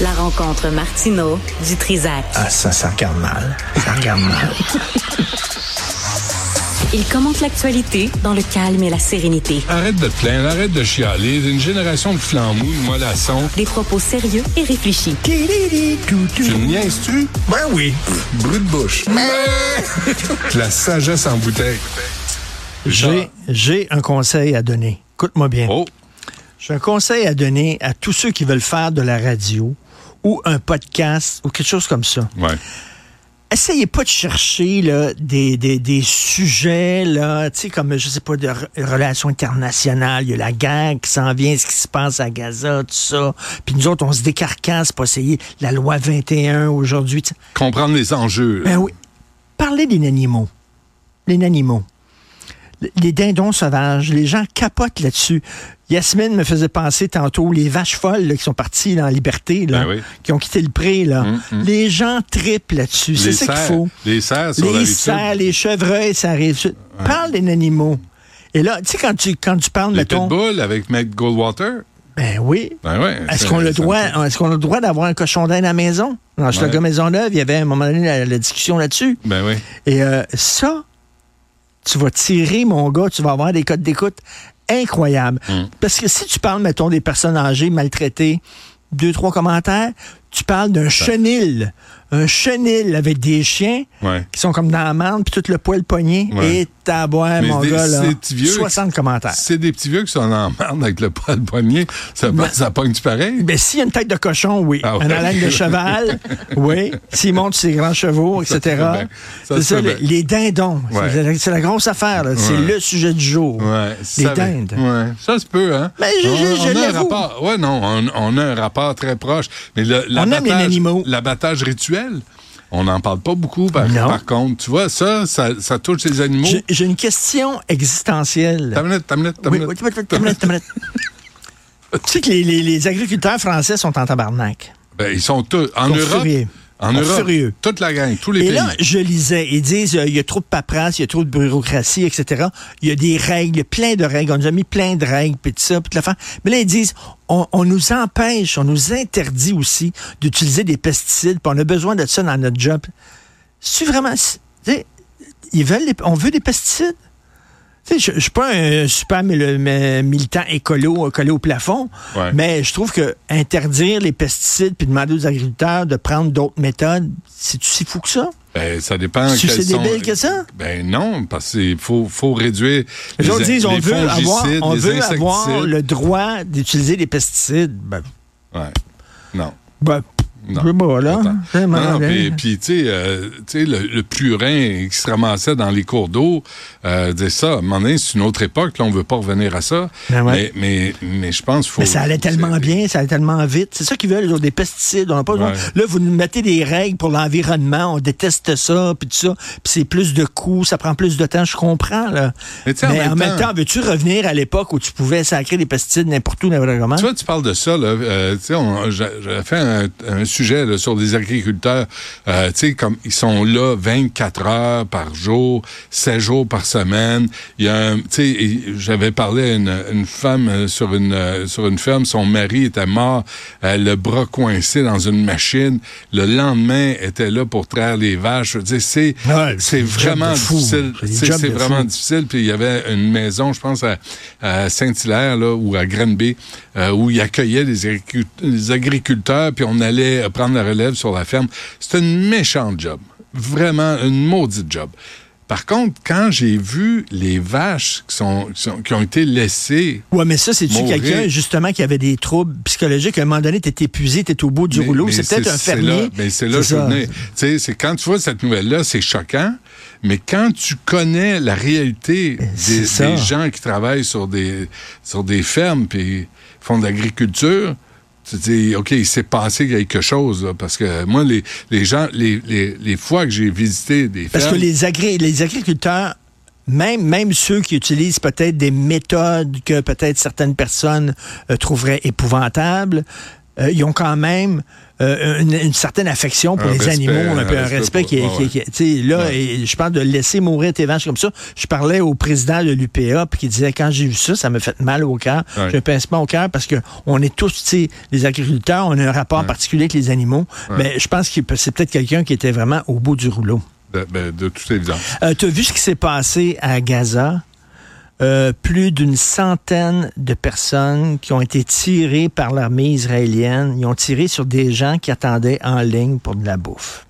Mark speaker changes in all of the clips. Speaker 1: La rencontre Martino du Trizac.
Speaker 2: Ah, ça, ça regarde mal. Ça regarde mal.
Speaker 1: Il commente l'actualité dans le calme et la sérénité.
Speaker 3: Arrête de te plaindre, arrête de chialer. Une génération de flambous, de mollassons.
Speaker 1: Des propos sérieux et réfléchis.
Speaker 3: Tu me niaises-tu?
Speaker 2: Ben oui.
Speaker 3: Brut de bouche. La sagesse en bouteille.
Speaker 2: J'ai, j'ai un conseil à donner. Écoute-moi bien.
Speaker 3: Oh,
Speaker 2: J'ai un conseil à donner à tous ceux qui veulent faire de la radio ou un podcast ou quelque chose comme ça.
Speaker 3: ouais.
Speaker 2: Essayez pas de chercher là, des, des, des sujets, là, tu sais, comme, je sais pas, de re- relations internationales. Il y a la guerre qui s'en vient, ce qui se passe à Gaza, tout ça. Puis nous autres, on se décarcasse pour essayer la loi 21 aujourd'hui. tu sais.
Speaker 3: Comprendre les enjeux.
Speaker 2: Ben oui. Parlez des animaux. Les animaux. Les dindons sauvages, les gens capotent là-dessus. Yasmine me faisait penser tantôt les vaches folles là, qui sont parties là, en liberté, là,
Speaker 3: Ben oui. Mm,
Speaker 2: qui ont quitté le pré. Là. Les gens triplent là-dessus. C'est
Speaker 3: les
Speaker 2: ça qu'il
Speaker 3: cerfs.
Speaker 2: faut.
Speaker 3: Les cerfs sur la
Speaker 2: Les
Speaker 3: rive sud.
Speaker 2: cerfs, les chevreuils, ça arrive. Parle des animaux. Et là, tu sais, quand tu, quand tu parles,
Speaker 3: Les
Speaker 2: mettons,
Speaker 3: pitbulls avec Mac Goldwater.
Speaker 2: ben oui,
Speaker 3: Ben ouais.
Speaker 2: est-ce
Speaker 3: c'est-
Speaker 2: qu'on a le
Speaker 3: ça me
Speaker 2: droit,
Speaker 3: fait-
Speaker 2: est-ce qu'on a le droit d'avoir un cochon d'Inde à la maison? Dans Maison Maisonneuve, il y avait à un moment donné la- la discussion là-dessus.
Speaker 3: Ben oui.
Speaker 2: Et euh, ça, tu vas tirer, mon gars, tu vas avoir des codes d'écoute incroyables.
Speaker 3: Mm.
Speaker 2: Parce que si tu parles, mettons, des personnes âgées maltraitées, deux, trois commentaires, tu parles d'un chenil. Un chenil avec des chiens
Speaker 3: Ouais.
Speaker 2: qui sont comme dans la marde, puis tout le poil pogné.
Speaker 3: Ouais.
Speaker 2: Et tabois,
Speaker 3: Mais
Speaker 2: mon
Speaker 3: des-
Speaker 2: gars, là,
Speaker 3: ces petits vieux-
Speaker 2: 60 commentaires.
Speaker 3: C'est des petits vieux qui sont en merde avec le poil poignet. Ça, ça pogne-tu pareil?
Speaker 2: Ben, s'il y a une tête de cochon, oui.
Speaker 3: Ah ouais.
Speaker 2: Une haleine de cheval, oui. S'il monte ses grands chevaux, etc.
Speaker 3: se fait bien. Ça
Speaker 2: C'est
Speaker 3: se
Speaker 2: ça,
Speaker 3: fait
Speaker 2: les,
Speaker 3: bien.
Speaker 2: les dindons.
Speaker 3: Ouais.
Speaker 2: C'est la- C'est la grosse affaire. là. C'est
Speaker 3: Ouais.
Speaker 2: le sujet du jour.
Speaker 3: Ouais,
Speaker 2: les
Speaker 3: ça-
Speaker 2: dindes.
Speaker 3: Ouais, ça se peut, hein?
Speaker 2: Mais je-
Speaker 3: on,
Speaker 2: je- je
Speaker 3: on a un
Speaker 2: l'avoue.
Speaker 3: rapport. Ouais, non, on, on a un rapport très proche. Mais le-
Speaker 2: aime les
Speaker 3: l'abattage-
Speaker 2: animaux.
Speaker 3: L'abattage rituel, on n'en parle pas beaucoup, par,
Speaker 2: Non.
Speaker 3: par contre. Tu vois, ça, ça, ça touche les animaux.
Speaker 2: J'ai- J'ai une question existentielle.
Speaker 3: T'as une minute, t'as une minute, t'as une
Speaker 2: Oui,
Speaker 3: minute.
Speaker 2: oui, t'as une minute, t'as une minute, t'as une minute. Tu sais que les, les- les agriculteurs français sont en tabarnak.
Speaker 3: Ben, ils sont tous. En
Speaker 2: Ils sont
Speaker 3: Europe.
Speaker 2: furieux.
Speaker 3: En
Speaker 2: Ils sont
Speaker 3: Europe.
Speaker 2: furieux.
Speaker 3: Toute la gang, tous les
Speaker 2: Et
Speaker 3: pays.
Speaker 2: là, je lisais, ils disent, euh, il y a trop de paperasse, il y a trop de bureaucratie, etc. Il y a des règles, plein de règles. On nous a mis plein de règles, puis tout ça, puis toute l'affaire. Mais là, ils disent, on, on nous empêche, on nous interdit aussi d'utiliser des pesticides, puis on a besoin de ça dans notre job. C'est vraiment... c'est- tu sais, Ils veulent les- on veut des pesticides. Tu sais, Je ne suis pas un super mil- mi- militant écolo euh, collé au plafond,
Speaker 3: Ouais.
Speaker 2: mais je trouve que interdire les pesticides puis demander aux agriculteurs de prendre d'autres méthodes, c'est-tu si fou que ça?
Speaker 3: Ben, ça dépend.
Speaker 2: Tu sais
Speaker 3: quels
Speaker 2: des
Speaker 3: sont-
Speaker 2: belles que ça?
Speaker 3: Ben non, parce qu'il faut, faut réduire
Speaker 2: Les
Speaker 3: in-
Speaker 2: autres disent on
Speaker 3: les
Speaker 2: veut avoir,
Speaker 3: fongicides,
Speaker 2: on
Speaker 3: les
Speaker 2: veut avoir
Speaker 3: insecticides.
Speaker 2: le droit d'utiliser des pesticides. Ben,
Speaker 3: Ouais. Non.
Speaker 2: ben,
Speaker 3: Non.
Speaker 2: je sais pas, là. hein.
Speaker 3: Attends.
Speaker 2: Je sais,
Speaker 3: Non,
Speaker 2: maman,
Speaker 3: non,
Speaker 2: là.
Speaker 3: puis, puis, tu sais, euh, tu sais, le, le purin qui se ramassait dans les cours d'eau, euh, c'est ça, à un moment donné, c'est une autre époque, là, on veut pas revenir à ça.
Speaker 2: Ben ouais.
Speaker 3: mais, mais, mais je pense qu'il faut...
Speaker 2: Mais ça allait tellement
Speaker 3: c'est-
Speaker 2: bien, ça allait tellement vite. C'est ça qu'ils veulent, ils ont des pesticides. On n'a pas besoin.
Speaker 3: Ouais.
Speaker 2: Là, vous nous mettez des règles pour l'environnement, on déteste ça, puis tout ça. Puis c'est plus de coûts, ça prend plus de temps, je comprends. Là.
Speaker 3: Mais tu sais, en même temps-
Speaker 2: veux-tu revenir à l'époque où tu pouvais sacrer des pesticides n'importe où, n'importe comment?
Speaker 3: Tu vois, tu parles de ça, là. euh, tu sais, on- j'a- j'avais fait un, un sujet là, sur les agriculteurs. euh, tu sais, comme ils sont là 24 heures par jour, 7 jours par semaine. Il y a un- tu sais, et j'avais parlé à une, une femme euh, sur une euh, sur une ferme. Son mari était mort, euh, le bras coincé dans une machine. Le lendemain, était là pour traire les vaches. Je veux dire, c'est
Speaker 2: Ouais, c'est
Speaker 3: c'est
Speaker 2: une job
Speaker 3: vraiment
Speaker 2: de fou.
Speaker 3: difficile.
Speaker 2: C'est une
Speaker 3: C'est
Speaker 2: job
Speaker 3: c'est
Speaker 2: de
Speaker 3: vraiment
Speaker 2: fou.
Speaker 3: difficile. Puis il y avait une maison, je pense, à, à Saint-Hilaire là, ou à Granby, euh, où ils accueillaient les, agricu- les agriculteurs, puis on allait euh, prendre la relève sur la ferme. C'était une méchante job. Vraiment une maudite job. Par contre, quand j'ai vu les vaches qui, sont, qui, sont- qui ont été laissées
Speaker 2: Ouais, mais ça, c'est-tu
Speaker 3: Mourir.
Speaker 2: quelqu'un, justement, qui avait des troubles psychologiques? À un moment donné, t'es épuisé, t'es au bout du
Speaker 3: Mais-
Speaker 2: rouleau.
Speaker 3: mais
Speaker 2: C'est peut-être un
Speaker 3: c'est
Speaker 2: fermier.
Speaker 3: là- mais c'est là que je
Speaker 2: ça.
Speaker 3: veux venir. Tu sais, c'est quand tu vois cette nouvelle-là, c'est choquant. Mais quand tu connais la réalité
Speaker 2: Eh, c'est
Speaker 3: des,
Speaker 2: ça.
Speaker 3: des gens qui travaillent sur des, sur des fermes puis font de l'agriculture, tu te dis, OK, il s'est passé quelque chose. là, parce que moi, les, les gens, les, les, les fois que j'ai visité des
Speaker 2: Parce que
Speaker 3: fermes...
Speaker 2: les, agré- les agriculteurs, même, même ceux qui utilisent peut-être des méthodes que peut-être certaines personnes euh, trouveraient épouvantables, euh, ils ont quand même euh, une, une certaine affection pour
Speaker 3: Un
Speaker 2: les
Speaker 3: respect,
Speaker 2: animaux, un, peu un respect qui est.
Speaker 3: pour-
Speaker 2: qui est- qui est- tu sais, là,
Speaker 3: Ouais.
Speaker 2: et je parle de laisser mourir tes vaches comme ça. Je parlais au président de l'UPA puis qui disait quand j'ai vu ça, ça me fait mal au cœur.
Speaker 3: Ouais.
Speaker 2: J'ai un pincement au cœur parce que on est tous, tu sais, les agriculteurs, on a un rapport particulier avec les animaux. Mais je pense que c'est peut-être quelqu'un qui était vraiment au bout du rouleau.
Speaker 3: De, ben, de toute évidence.
Speaker 2: Euh, T'as vu ce qui s'est passé à Gaza? Euh, plus d'une centaine de personnes qui ont été tirées par l'armée israélienne. Ils ont tiré sur des gens qui attendaient en ligne pour de la bouffe.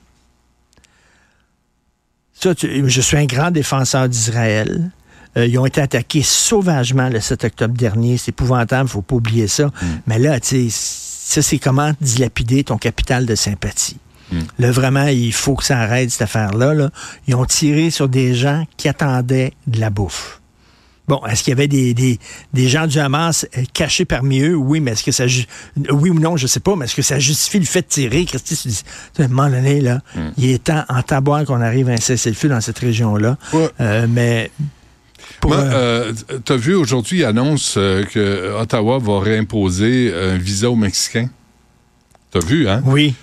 Speaker 2: Ça, tu- je suis un grand défenseur d'Israël. Euh, ils ont été attaqués sauvagement le 7 octobre dernier. C'est épouvantable, faut pas oublier ça. Mais là, tu sais, ça, c'est comment dilapider ton capital de sympathie. Là, vraiment, il faut que ça arrête, cette affaire-là. là. Ils ont tiré sur des gens qui attendaient de la bouffe. Bon, est-ce qu'il y avait des, des, des gens du Hamas euh, cachés parmi eux? Oui, mais est-ce que ça... ju- Oui ou non, je sais pas, mais est-ce que ça justifie le fait de tirer? Christy, tu dis, à un moment donné, là,
Speaker 3: Hmm.
Speaker 2: il est temps, en taboire, qu'on arrive à un cessez-le-feu dans cette région-là.
Speaker 3: Ouais.
Speaker 2: Euh, mais... pour,
Speaker 3: Moi,
Speaker 2: euh,
Speaker 3: euh, t'as vu aujourd'hui, il annonce euh, que Ottawa va réimposer un visa aux Mexicains. T'as vu, hein?
Speaker 2: oui.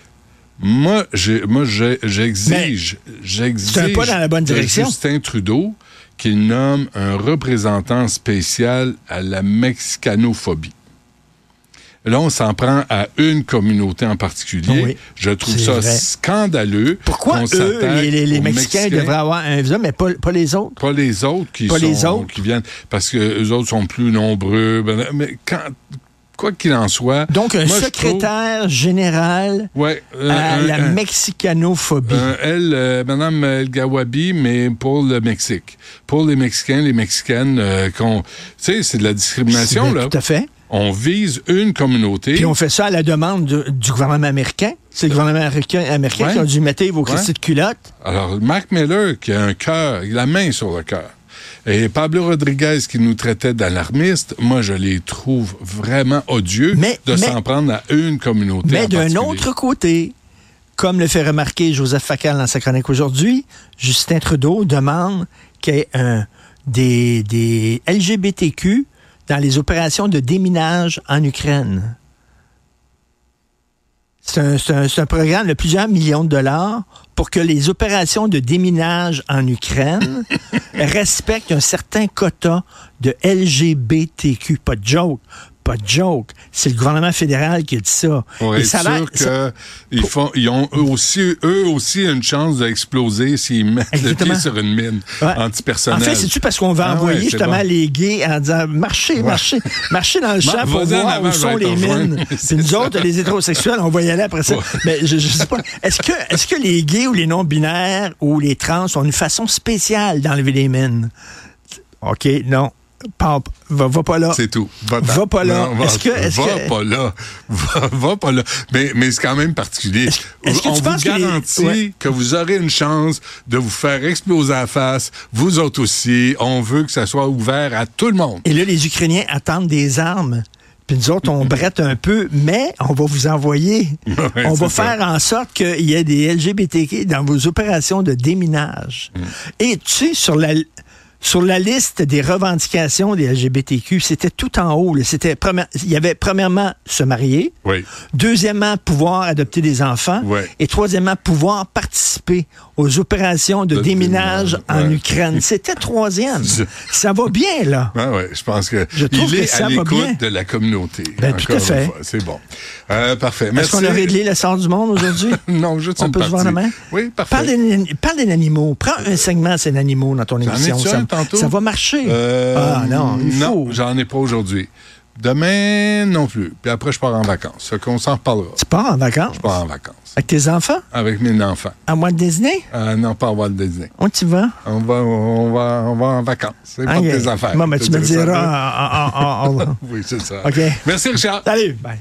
Speaker 3: Moi, j'ai- moi, j'ai- j'exige, j'exige.
Speaker 2: c'est un pas dans la bonne
Speaker 3: de
Speaker 2: direction.
Speaker 3: Justin Trudeau qu'il nomme un représentant spécial à la mexicanophobie. Là, on s'en prend à une communauté en particulier.
Speaker 2: Oui,
Speaker 3: Je trouve
Speaker 2: c'est
Speaker 3: ça
Speaker 2: vrai.
Speaker 3: scandaleux.
Speaker 2: Pourquoi
Speaker 3: qu'on
Speaker 2: eux,
Speaker 3: s'attaque
Speaker 2: les, les- les
Speaker 3: aux
Speaker 2: Mexicains, devraient avoir un visa, mais pas, pas les autres?
Speaker 3: pas les autres qui
Speaker 2: Pas
Speaker 3: sont,
Speaker 2: les autres.
Speaker 3: qui viennent parce que eux autres sont plus nombreux. Ben, Mais quand, quoi qu'il en soit,
Speaker 2: Donc, un
Speaker 3: moi, je
Speaker 2: secrétaire général
Speaker 3: trouve- ouais, euh,
Speaker 2: à
Speaker 3: un-
Speaker 2: la
Speaker 3: un-
Speaker 2: mexicanophobie.
Speaker 3: euh, elle, euh, Madame El Gawabi, mais pour le Mexique. Pour les Mexicains, les Mexicaines, euh, qu'on, tu sais, c'est de la discrimination,
Speaker 2: Ben,
Speaker 3: là.
Speaker 2: Tout à fait.
Speaker 3: On vise une communauté.
Speaker 2: Puis on fait ça à la demande du, du gouvernement américain. C'est le gouvernement américain, américain
Speaker 3: Euh, Ouais.
Speaker 2: qui a dû mettre vos
Speaker 3: Ouais.
Speaker 2: critiques de culotte.
Speaker 3: Alors, Marc Miller, qui a un cœur, la main sur le cœur. Et Pablo Rodriguez, qui nous traitait d'alarmistes, moi, je les trouve vraiment odieux
Speaker 2: Mais-
Speaker 3: de
Speaker 2: mais-
Speaker 3: s'en prendre à une communauté. en
Speaker 2: Mais d'un
Speaker 3: particulier.
Speaker 2: autre côté, comme le fait remarquer Joseph Facal dans sa chronique aujourd'hui, Justin Trudeau demande qu'il y ait un- des, des LGBTQ dans les opérations de déminage en Ukraine. C'est un, c'est un- c'est un programme de plusieurs millions de dollars pour que les opérations de déminage en Ukraine respectent un certain quota de LGBTQ. Pas de joke. Pas de joke. C'est le gouvernement fédéral qui a dit ça.
Speaker 3: Pour
Speaker 2: Et
Speaker 3: être
Speaker 2: ça a l'air-
Speaker 3: sûr
Speaker 2: ça-
Speaker 3: qu'ils font, ils ont eux aussi, eux aussi une chance d'exploser s'ils mettent le
Speaker 2: Exactement.
Speaker 3: pied sur une mine
Speaker 2: Ouais.
Speaker 3: antipersonnelle.
Speaker 2: En fait, c'est-tu parce qu'on va
Speaker 3: Ah
Speaker 2: envoyer
Speaker 3: ouais, c'est
Speaker 2: justement
Speaker 3: bon.
Speaker 2: les gays en disant marchez, marchez, marchez dans le champ pour
Speaker 3: vas-y en
Speaker 2: voir
Speaker 3: avant,
Speaker 2: où
Speaker 3: je vais
Speaker 2: sont
Speaker 3: te
Speaker 2: les
Speaker 3: rejoindre.
Speaker 2: mines.
Speaker 3: C'est
Speaker 2: C'est nous autres, les hétérosexuels, on va y aller après ça. Mais je, je sais pas. Est-ce que, est-ce que les gays ou les non-binaires ou les trans ont une façon spéciale d'enlever les mines? OK, non. Pamp, va, va pas là.
Speaker 3: C'est tout. Va-t'en.
Speaker 2: Va pas là.
Speaker 3: va,
Speaker 2: Est-ce que- est-ce
Speaker 3: va
Speaker 2: que-
Speaker 3: pas là. Va, va pas là. Mais, mais c'est quand même particulier.
Speaker 2: est-ce que
Speaker 3: On
Speaker 2: tu
Speaker 3: vous
Speaker 2: penses que les-
Speaker 3: garantit
Speaker 2: Ouais.
Speaker 3: que vous aurez une chance de vous faire exploser la face. Vous autres aussi. On veut que ça soit ouvert à tout le monde.
Speaker 2: Et là, les Ukrainiens attendent des armes. Puis nous autres, on brette un peu, mais on va vous envoyer.
Speaker 3: Ouais,
Speaker 2: on va
Speaker 3: c'est ça.
Speaker 2: faire en sorte qu'il y ait des LGBTQ dans vos opérations de déminage.
Speaker 3: Mm.
Speaker 2: Et tu sais, sur la, sur la liste des revendications des LGBTQ, c'était tout en haut. là. C'était première- il y avait premièrement se marier.
Speaker 3: Oui.
Speaker 2: Deuxièmement, pouvoir adopter des enfants.
Speaker 3: Ouais.
Speaker 2: Et troisièmement, pouvoir participer aux opérations de
Speaker 3: De
Speaker 2: déminage
Speaker 3: déminage,
Speaker 2: en
Speaker 3: ouais.
Speaker 2: Ukraine. C'était troisième.
Speaker 3: Je-
Speaker 2: Ça va bien, là.
Speaker 3: Ouais, ouais, je pense que
Speaker 2: Je trouve
Speaker 3: il
Speaker 2: que
Speaker 3: est
Speaker 2: ça
Speaker 3: à
Speaker 2: va bien.
Speaker 3: l'écoute de la communauté.
Speaker 2: Ben, tout à
Speaker 3: Encore
Speaker 2: fait.
Speaker 3: une fois, C'est bon. Euh, parfait.
Speaker 2: Est-ce
Speaker 3: Merci.
Speaker 2: qu'on a réglé le sort du monde aujourd'hui?
Speaker 3: Non, juste
Speaker 2: On
Speaker 3: une
Speaker 2: peut se voir
Speaker 3: partie.
Speaker 2: demain?
Speaker 3: Oui, parfait.
Speaker 2: Parle des, parle des animaux. Prends un segment sur les animaux dans ton
Speaker 3: J'en
Speaker 2: émission.
Speaker 3: ai-tu
Speaker 2: Ça,
Speaker 3: un tantôt?
Speaker 2: ça va marcher.
Speaker 3: Euh,
Speaker 2: ah non, il faut.
Speaker 3: Non, j'en ai pas aujourd'hui. Demain, non plus. Puis après, je pars en vacances. Fait qu'on s'en reparlera.
Speaker 2: Tu pars en vacances?
Speaker 3: Je pars en vacances.
Speaker 2: Avec tes enfants?
Speaker 3: Avec mes enfants.
Speaker 2: À Walt Disney?
Speaker 3: Euh, non, pas à Walt Disney.
Speaker 2: On t'y va?
Speaker 3: On va, on va, on va en vacances. C'est pas
Speaker 2: Ok.
Speaker 3: tes affaires.
Speaker 2: Bon, ben, tu me
Speaker 3: Ça,
Speaker 2: diras. en- en- en- en-
Speaker 3: Oui, c'est ça.
Speaker 2: OK.
Speaker 3: Merci, Richard.
Speaker 2: Salut! Bye.